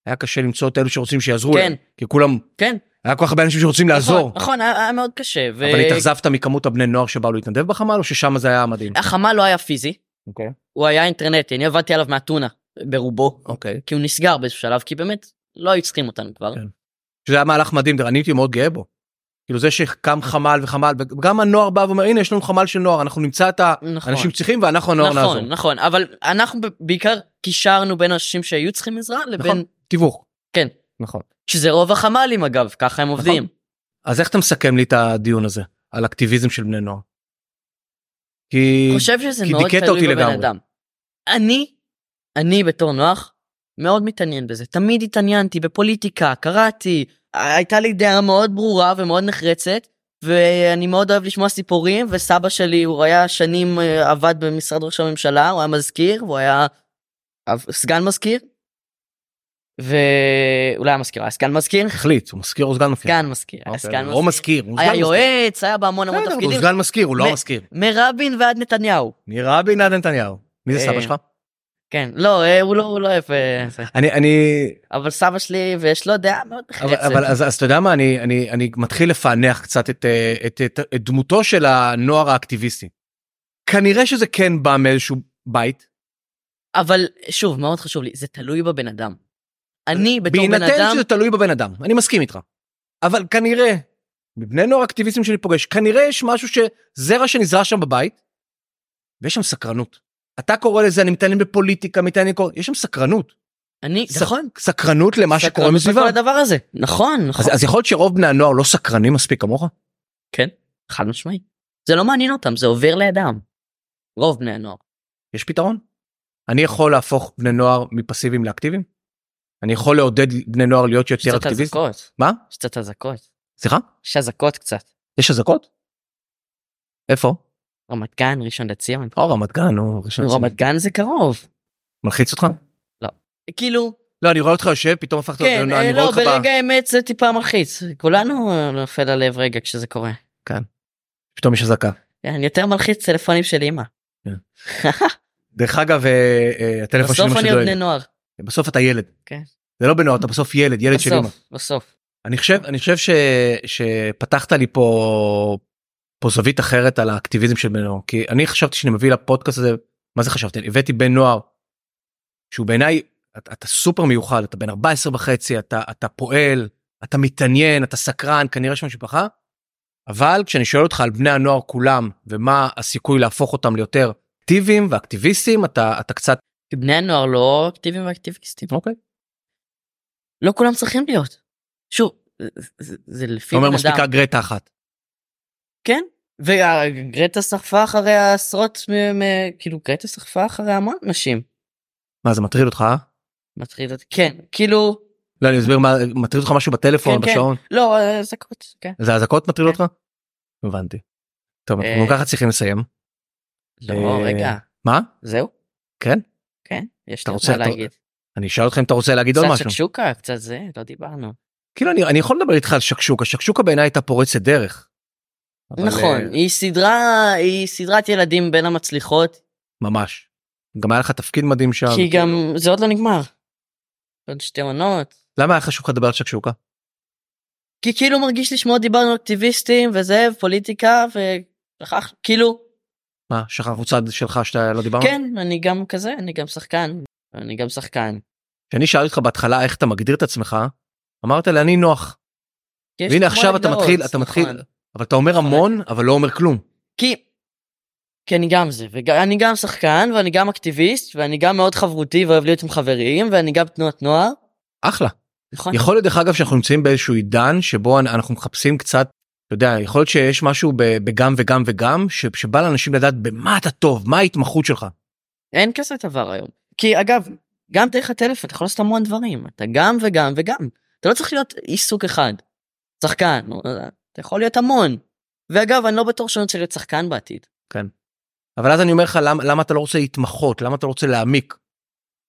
Speaker 1: היה קשה למצוא את אלו שרוצים שיעזרו
Speaker 2: כן.
Speaker 1: להם, כי כולם,
Speaker 2: כן,
Speaker 1: היה כל כך הרבה אנשים שרוצים לעזור,
Speaker 2: נכון, נכון, היה היה מאוד קשה. ו-
Speaker 1: אבל התאכזבת מכמות הבני נוער שבאו להתנדב בחמ"ל או ששם זה היה מדהים?
Speaker 2: החמ"ל לא היה פיזי,
Speaker 1: אוקיי.
Speaker 2: הוא היה אינטרנטי, אני עבדתי עליו מאתונה, ברובו,
Speaker 1: אוקיי.
Speaker 2: כי הוא נסגר באיזשהו שלב, כי באמת, לא היו צריכים אותנו כבר.
Speaker 1: כן. שזה היה מהלך מדהים, אני הייתי מאוד גאה בו. כאילו זה שקם חמ"ל וחמ"ל, וגם הנוער בא ואומר, הנה יש לנו חמ"ל של נוער, אנחנו נמצא את
Speaker 2: נכון.
Speaker 1: האנשים שצריכים ואנחנו הנוער נעזור.
Speaker 2: נכון, נכון, אבל אנחנו ב- בעיקר קישרנו בין אנשים שהיו צריכים עזרה
Speaker 1: נכון.
Speaker 2: לבין,
Speaker 1: תיווך.
Speaker 2: כן.
Speaker 1: נכון.
Speaker 2: שזה רוב החמ"לים אגב, ככה הם עובדים.
Speaker 1: אז איך אתה מסכם לי את הדיון הזה, על אקטיביזם של בני נוער? כי...
Speaker 2: חושב שזה
Speaker 1: כי
Speaker 2: מאוד
Speaker 1: דיכאת אותי
Speaker 2: תלוי בבן
Speaker 1: לגמרי.
Speaker 2: אדם. אני, אני בתור נוח, מאוד מתעניין בזה. תמיד התעניינתי בפוליטיקה, קראתי, הייתה לי דעה מאוד ברורה ומאוד נחרצת, ואני מאוד אוהב לשמוע סיפורים, וסבא שלי, הוא היה שנים, אה, עבד במשרד ראש הממשלה, הוא היה מזכיר, והוא היה אב- סגן מזכיר, ואולי היה מזכיר, הוא היה סגן מזכיר?
Speaker 1: החליט, הוא מזכיר או סגן מזכיר?
Speaker 2: סגן מזכיר, היה
Speaker 1: כן. אוקיי,
Speaker 2: סגן
Speaker 1: הוא
Speaker 2: מזכיר.
Speaker 1: מזכיר. הוא
Speaker 2: היה
Speaker 1: סגן מזכיר.
Speaker 2: יועץ, היה בהמון המון
Speaker 1: בסדר, אבל הוא
Speaker 2: תפקידים,
Speaker 1: סגן מזכיר, הוא לא
Speaker 2: מ-
Speaker 1: המזכיר.
Speaker 2: מרבין ועד נתניהו.
Speaker 1: מרבין עד נתניהו. מי זה
Speaker 2: אה,
Speaker 1: סבא שלך?
Speaker 2: כן, לא, אה, הוא לא, הוא לא
Speaker 1: אוקיי.
Speaker 2: יפה, זה.
Speaker 1: אני, אני,
Speaker 2: אבל סבא שלי, ויש לו דעה מאוד
Speaker 1: אבל,
Speaker 2: נחרצת.
Speaker 1: אבל אז, אז אתה יודע מה אני אני אני מתחיל לפענח קצת את, אה, את, את, את דמותו של הנוער האקטיביסטי. כנראה שזה כן בא מאיזשהו בית
Speaker 2: אבל שוב, מאוד חשוב לי, זה תלוי בבן אדם. אני בתור בן
Speaker 1: בהינתן
Speaker 2: אדם,
Speaker 1: שזה תלוי בבן אדם אני מסכים איתך. אבל כנראה מבני נוער אקטיביסטים שאני פוגש כנראה יש משהו שזרע שנזרע שם בבית. ויש שם סקרנות. אתה קורא לזה אני מתעניין בפוליטיקה מתעניין כל יש שם סקרנות.
Speaker 2: אני,
Speaker 1: סק-
Speaker 2: נכון.
Speaker 1: סקרנות למה שקורה
Speaker 2: סקרנות
Speaker 1: מסביבם.
Speaker 2: בכל הדבר הזה. נכון, נכון.
Speaker 1: אז, אז יכול להיות שרוב בני הנוער לא סקרנים מספיק כמוך?
Speaker 2: כן, חד משמעי. זה לא מעניין אותם, זה עובר לידם. רוב בני הנוער.
Speaker 1: יש פתרון? אני יכול להפוך בני נוער מפסיביים לאקטיביים? אני יכול לעודד בני נוער להיות
Speaker 2: יש
Speaker 1: יותר
Speaker 2: קצת
Speaker 1: אקטיביסט?
Speaker 2: אזעקות.
Speaker 1: מה?
Speaker 2: יש קצת אזעקות.
Speaker 1: סליחה?
Speaker 2: יש אזעקות קצת.
Speaker 1: יש אזעקות? איפה?
Speaker 2: רמת גן, ראשון לציון.
Speaker 1: או רמת גן או ראשון לציון.
Speaker 2: רמת גן זה קרוב.
Speaker 1: מלחיץ אותך?
Speaker 2: כאילו,
Speaker 1: לא אני רואה אותך יושב פתאום הפכת להיות
Speaker 2: כן,
Speaker 1: בני נוער,
Speaker 2: אה,
Speaker 1: אני רואה
Speaker 2: לא,
Speaker 1: אותך ב-
Speaker 2: ברגע האמת זה טיפה מלחיץ. כולנו אה, נופל הלב רגע כשזה קורה.
Speaker 1: פתאום יש אזעקה.
Speaker 2: אני יותר מלחיץ טלפונים של אמא.
Speaker 1: דרך אגב אה, אה, הטלפון של אמא
Speaker 2: בסוף
Speaker 1: שלי
Speaker 2: אני עוד
Speaker 1: דואג.
Speaker 2: בני נוער.
Speaker 1: בסוף אתה ילד.
Speaker 2: כן.
Speaker 1: זה לא בן נוער אתה בסוף ילד ילד של אמא.
Speaker 2: בסוף, בסוף.
Speaker 1: אני חושב אני חושב ש- שפתחת לי פה פה זווית אחרת על האקטיביזם של בן נוער כי אני חשבתי שאני מביא לפודקאסט הזה מה זה חשבתי אני הבאתי בן נוער. שהוא בעיניי אתה, אתה סופר מיוחד אתה בן 14 וחצי אתה אתה פועל אתה מתעניין אתה סקרן כנראה יש משפחה. אבל כשאני שואל אותך על בני הנוער כולם ומה הסיכוי להפוך אותם ליותר אקטיביים ואקטיביסטים אתה אתה קצת
Speaker 2: כי בני הנוער לא אקטיביים ואקטיביסטים.
Speaker 1: אוקיי.
Speaker 2: לא כולם צריכים להיות. שוב, זה- זה- זה לפי
Speaker 1: אומר
Speaker 2: בן
Speaker 1: מספיקה
Speaker 2: אדם.
Speaker 1: גרטה אחת.
Speaker 2: כן. וגרטה סחפה אחרי עשרות, מ- מ- כאילו גרטה סחפה אחרי המון נשים.
Speaker 1: מה זה מטריד אותך? אה?
Speaker 2: מטריד אותי. כן, כאילו,
Speaker 1: לא אני אסביר מה מטריד אותך משהו בטלפון
Speaker 2: כן, כן.
Speaker 1: בשעון.
Speaker 2: לא, אה, זכות, כן.
Speaker 1: זה אזעקות מטריד אותך? הבנתי. טוב,
Speaker 2: אה.
Speaker 1: אנחנו גם ככה צריכים לסיים.
Speaker 2: לא,
Speaker 1: אה,
Speaker 2: רגע,
Speaker 1: מה?
Speaker 2: זהו?
Speaker 1: כן?
Speaker 2: כן, יש
Speaker 1: אתה
Speaker 2: לי עוד
Speaker 1: רוצה-
Speaker 2: מה
Speaker 1: אתה-
Speaker 2: להגיד.
Speaker 1: אני אשאל אותך אם אתה רוצה להגיד עוד
Speaker 2: קצת
Speaker 1: משהו.
Speaker 2: שקשוקה, קצת זה, לא דיברנו.
Speaker 1: כאילו אני- אני יכול לדבר איתך על שקשוקה, שקשוקה בעיניי הייתה פורצת דרך. אבל, אה,
Speaker 2: נכון, היא סדרה, היא סדרת ילדים בין המצליחות,
Speaker 1: ממש. גם היה לך תפקיד מדהים שם.
Speaker 2: כי גם
Speaker 1: כאילו-
Speaker 2: זה עוד לא נגמר. עוד שתי עונות.
Speaker 1: למה היה חשוב לך לדבר על שקשוקה?
Speaker 2: כי כאילו מרגיש לי שמאוד דיברנו על אקטיביסטים וזה פוליטיקה וכך כאילו
Speaker 1: מה, שכחנו צד שלך שאתה לא דיברנו?
Speaker 2: כן אני גם כזה אני גם שחקן אני גם שחקן.
Speaker 1: כשאני שאלתי אותך בהתחלה איך אתה מגדיר את עצמך, אמרת לי אני נוח.
Speaker 2: כי יש לי
Speaker 1: והנה
Speaker 2: המון
Speaker 1: עכשיו אתה
Speaker 2: הגדרות,
Speaker 1: מתחיל, אתה מתחיל,
Speaker 2: נכון.
Speaker 1: אבל אתה אומר המון, אבל לא אומר כלום.
Speaker 2: כי כי אני גם זה ואני גם שחקן ואני גם אקטיביסט ואני גם מאוד חברותי ואוהב להיות עם חברים ואני גם תנועת נוער
Speaker 1: אחלה.
Speaker 2: נכון?
Speaker 1: יכול להיות דרך אגב שאנחנו נמצאים באיזשהו עידן שבו אנ- אנחנו מחפשים קצת, אתה יודע, יכול להיות שיש משהו ב- בגם וגם וגם, ש- שבא לאנשים לדעת במה אתה טוב, מה ההתמחות שלך.
Speaker 2: אין כזה דבר היום. כי אגב, גם דרך הטלפון אתה יכול לעשות המון דברים, אתה גם וגם וגם. אתה לא צריך להיות איש סוג אחד. שחקן, או- אתה יכול להיות המון. ואגב, אני לא בטוח שאני רוצה להיות שחקן בעתיד.
Speaker 1: אבל אז אני אומר לך למה, למה אתה לא רוצה להתמחות, למה אתה לא רוצה להעמיק.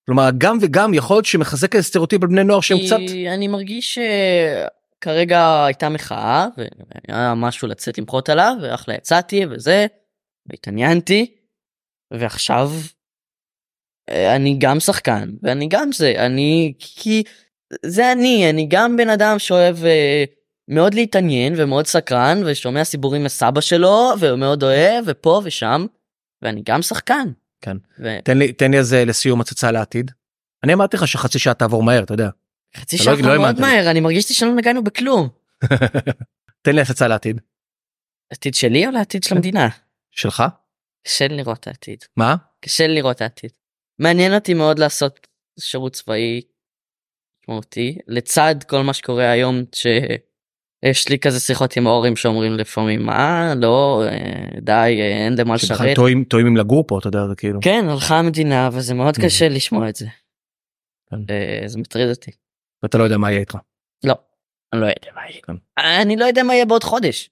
Speaker 1: כלומר, גם וגם יכול להיות שמחזק איזה סטריאוטיפ על בני נוער שהם
Speaker 2: כי
Speaker 1: קצת...
Speaker 2: אני מרגיש שכרגע הייתה מחאה, והיה משהו לצאת למחות עליו, ואחלה יצאתי וזה, והתעניינתי, ועכשיו אה, אני גם שחקן, ואני גם זה, אני, כי זה אני, אני גם בן אדם שאוהב אה, מאוד להתעניין ומאוד סקרן, ושומע סיפורים מסבא שלו, ומאוד אוהב, ופה ושם, ואני גם שחקן.
Speaker 1: כן.
Speaker 2: וחצי
Speaker 1: תן לי, תן לי איזה לסיום הצצה לעתיד. אני אמרתי לך שחצי שעה תעבור מהר, אתה יודע. אתה לא-
Speaker 2: שעה
Speaker 1: לא
Speaker 2: כבר
Speaker 1: האמנת
Speaker 2: מאוד
Speaker 1: לי.
Speaker 2: מהר, אני מרגיש שלא נגענו בכלום.
Speaker 1: תן לי הצצה לעתיד.
Speaker 2: לעתיד שלי או לעתיד
Speaker 1: כן.
Speaker 2: של המדינה?
Speaker 1: שלך?
Speaker 2: קשה לי לראות את העתיד.
Speaker 1: מה?
Speaker 2: קשה לי לראות את העתיד. מעניין אותי מאוד לעשות שירות צבאי משמעותי, לצד כל מה שקורה היום, שיש לי כזה שיחות עם ההורים שאומרים לפעמים, מה, לא, אה, די, אה, אין למה
Speaker 1: שבכלל
Speaker 2: לשרת.
Speaker 1: טועים טועים אם לגור פה, אתה יודע, זה כאילו.
Speaker 2: כן, הלכה המדינה, וזה מאוד
Speaker 1: Mhm.
Speaker 2: קשה לשמוע את זה.
Speaker 1: כן.
Speaker 2: אה, זה מטריד אותי.
Speaker 1: ואתה לא יודע מה יהיה איתך.
Speaker 2: לא, אני לא יודע מה יהיה.
Speaker 1: כן.
Speaker 2: אני לא יודע מה יהיה בעוד חודש.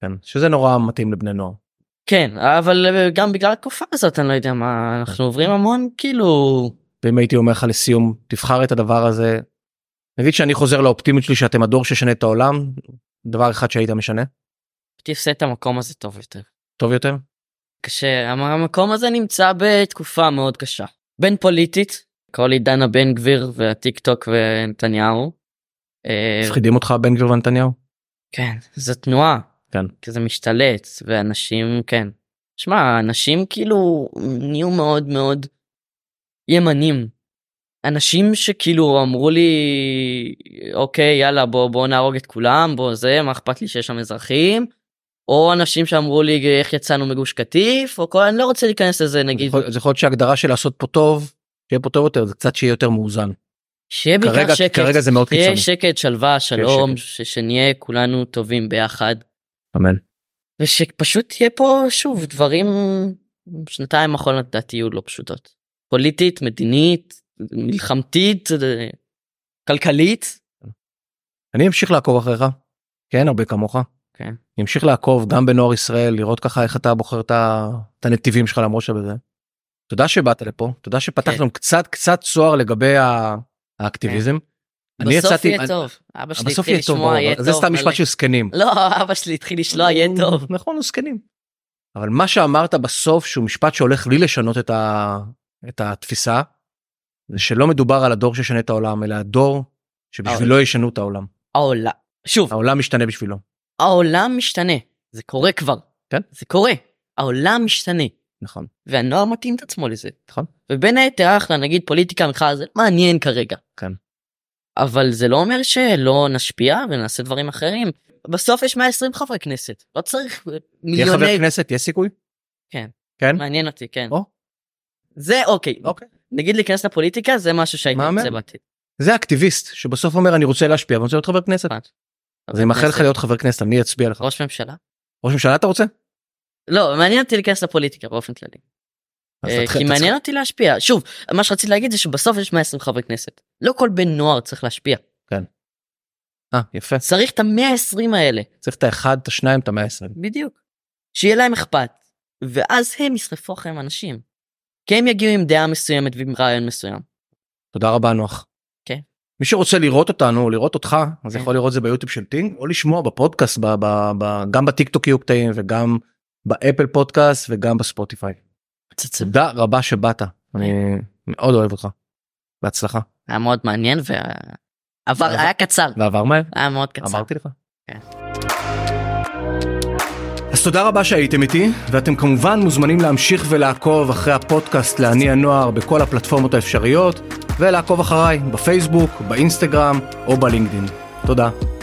Speaker 1: כן. שזה נורא מתאים לבני נוער.
Speaker 2: כן, אבל אה, גם בגלל התקופה הזאת, אני לא יודע מה, אנחנו עוברים המון, כאילו...
Speaker 1: ואם הייתי אומר לך לסיום, תבחר את הדבר הזה. נגיד שאני חוזר לאופטימיות שלי שאתם הדור ששנה את העולם, דבר אחד שהיית משנה,
Speaker 2: תעשה את המקום הזה טוב יותר.
Speaker 1: טוב יותר.
Speaker 2: קשה, המ- המקום הזה נמצא בתקופה מאוד קשה. בין פוליטית, כל עידן הבן גביר והטיק טוק ונתניהו. אה,
Speaker 1: מפחידים אותך בן גביר ונתניהו?
Speaker 2: כן, זו תנועה.
Speaker 1: כן.
Speaker 2: כי זה משתלט, ואנשים, כן. שמע, אנשים כאילו נהיו מאוד מאוד ימנים. אנשים שכאילו אמרו לי, אוקיי, יאללה, בוא, בוא נהרוג את כולם, בוא זה, מה אכפת לי שיש שם אזרחים? או אנשים שאמרו לי, איך יצאנו מגוש קטיף, או כל, אני לא רוצה להיכנס לזה, נגיד,
Speaker 1: יכול- זה יכול להיות שההגדרה של לעשות פה טוב, שיהיה פה טוב יותר, זה קצת שיהיה יותר מאוזן.
Speaker 2: שיהיה בעיקר
Speaker 1: כרגע-
Speaker 2: שקט.
Speaker 1: כרגע זה מאוד קיצוני.
Speaker 2: שיהיה שקט, שלווה, שלום,
Speaker 1: שקט.
Speaker 2: ש- שנהיה כולנו טובים ביחד.
Speaker 1: אמן.
Speaker 2: ושפשוט תהיה פה שוב דברים שנתיים האחרונות לדעתי יהיו לא פשוטות. פוליטית, מדינית, מלחמתית, אה, כלכלית.
Speaker 1: אני אמשיך לעקוב אחריך, כי אין הרבה כמוך.
Speaker 2: כן.
Speaker 1: אני אמשיך לעקוב גם בנוער ישראל, לראות ככה איך אתה בוחר את ה- את הנתיבים שלך למרות שבזה. תודה שבאת לפה, תודה שפתחת
Speaker 2: כן.
Speaker 1: לנו קצת קצת צוהר לגבי ה- האקטיביזם. אני
Speaker 2: בסוף
Speaker 1: יצאתי-
Speaker 2: יהיה
Speaker 1: אני-
Speaker 2: טוב. אבא שלי
Speaker 1: בסוף
Speaker 2: התחיל
Speaker 1: יהיה טוב,
Speaker 2: לשמוע, יהיה
Speaker 1: ברור.
Speaker 2: טוב.
Speaker 1: זה סתם משפט
Speaker 2: מלא.
Speaker 1: של זקנים.
Speaker 2: לא, אבא שלי התחיל לשמוע, יהיה טוב.
Speaker 1: נכון, הוא זקנים. אבל מה שאמרת בסוף, שהוא משפט שהולך לי לשנות את, ה... את התפיסה, זה שלא מדובר על הדור שישנה את העולם, אלא הדור
Speaker 2: אה.
Speaker 1: שבשבילו ישנו את העולם.
Speaker 2: העולם, שוב,
Speaker 1: העולם משתנה בשבילו.
Speaker 2: העולם משתנה. זה קורה כבר.
Speaker 1: כן.
Speaker 2: זה קורה. העולם משתנה.
Speaker 1: נכון.
Speaker 2: והנוער מתאים את עצמו לזה.
Speaker 1: נכון.
Speaker 2: ובין היתר אחלה, נגיד פוליטיקה מחאה זה מעניין כרגע.
Speaker 1: כן.
Speaker 2: אבל זה לא אומר שלא נשפיע ונעשה דברים אחרים. בסוף יש 120 חברי כנסת, לא צריך
Speaker 1: תהיה חבר
Speaker 2: מיליוני...
Speaker 1: כנסת, יש סיכוי?
Speaker 2: כן.
Speaker 1: כן?
Speaker 2: מעניין אותי, כן.
Speaker 1: או.
Speaker 2: זה אוקיי.
Speaker 1: אוקיי.
Speaker 2: נגיד להיכנס לפוליטיקה זה משהו שהייתי
Speaker 1: מהמם.
Speaker 2: רוצה בעתיד.
Speaker 1: זה אקטיביסט שבסוף אומר אני רוצה להשפיע ואני רוצה להיות חבר כנסת.
Speaker 2: נכון.
Speaker 1: אז אני מאחל לך להיות חבר כנסת, אני אצביע לך.
Speaker 2: ראש ממשלה?
Speaker 1: ראש ממשלה אתה רוצה?
Speaker 2: לא, מעניין אותי להיכנס לפוליטיקה באופן כללי.
Speaker 1: אז
Speaker 2: אה,
Speaker 1: תתח-
Speaker 2: כי
Speaker 1: תתח-
Speaker 2: מעניין אותי להשפיע. שוב, מה שרציתי להגיד זה שבסוף יש 120 חברי כנסת. לא כל בן נוער צריך להשפיע.
Speaker 1: אה, יפה.
Speaker 2: צריך את המאה ה-20 האלה.
Speaker 1: צריך את האחד, את השניים, את המאה העשרים.
Speaker 2: בדיוק. שיהיה להם אכפת, ואז הם יסחפו אחריהם אנשים. כי הם יגיעו עם דעה מסוימת ועם רעיון מסוים.
Speaker 1: תודה רבה נוח.
Speaker 2: כן.
Speaker 1: מי שרוצה לראות אותנו או לראות אותך אז
Speaker 2: כן.
Speaker 1: יכול לראות זה ביוטיוב של טינג או לשמוע בפודקאסט ב, ב, ב, גם בטיק טוק יהיו קטעים וגם באפל פודקאסט וגם בספוטיפיי.
Speaker 2: פצצה.
Speaker 1: תודה רבה
Speaker 2: כן.
Speaker 1: שבאת אני מאוד אוהב אותך. בהצלחה
Speaker 2: היה מאוד מעניין ועבר,
Speaker 1: אבל-
Speaker 2: היה קצר.
Speaker 1: ועבר מהר
Speaker 2: היה מאוד קצר.
Speaker 1: אמרתי לך.
Speaker 2: כן.
Speaker 1: אז תודה רבה שהייתם איתי, ואתם כמובן מוזמנים להמשיך ולעקוב אחרי הפודקאסט להניע נוער בכל הפלטפורמות האפשריות, ולעקוב אחריי בפייסבוק, באינסטגרם או בלינקדאין. תודה.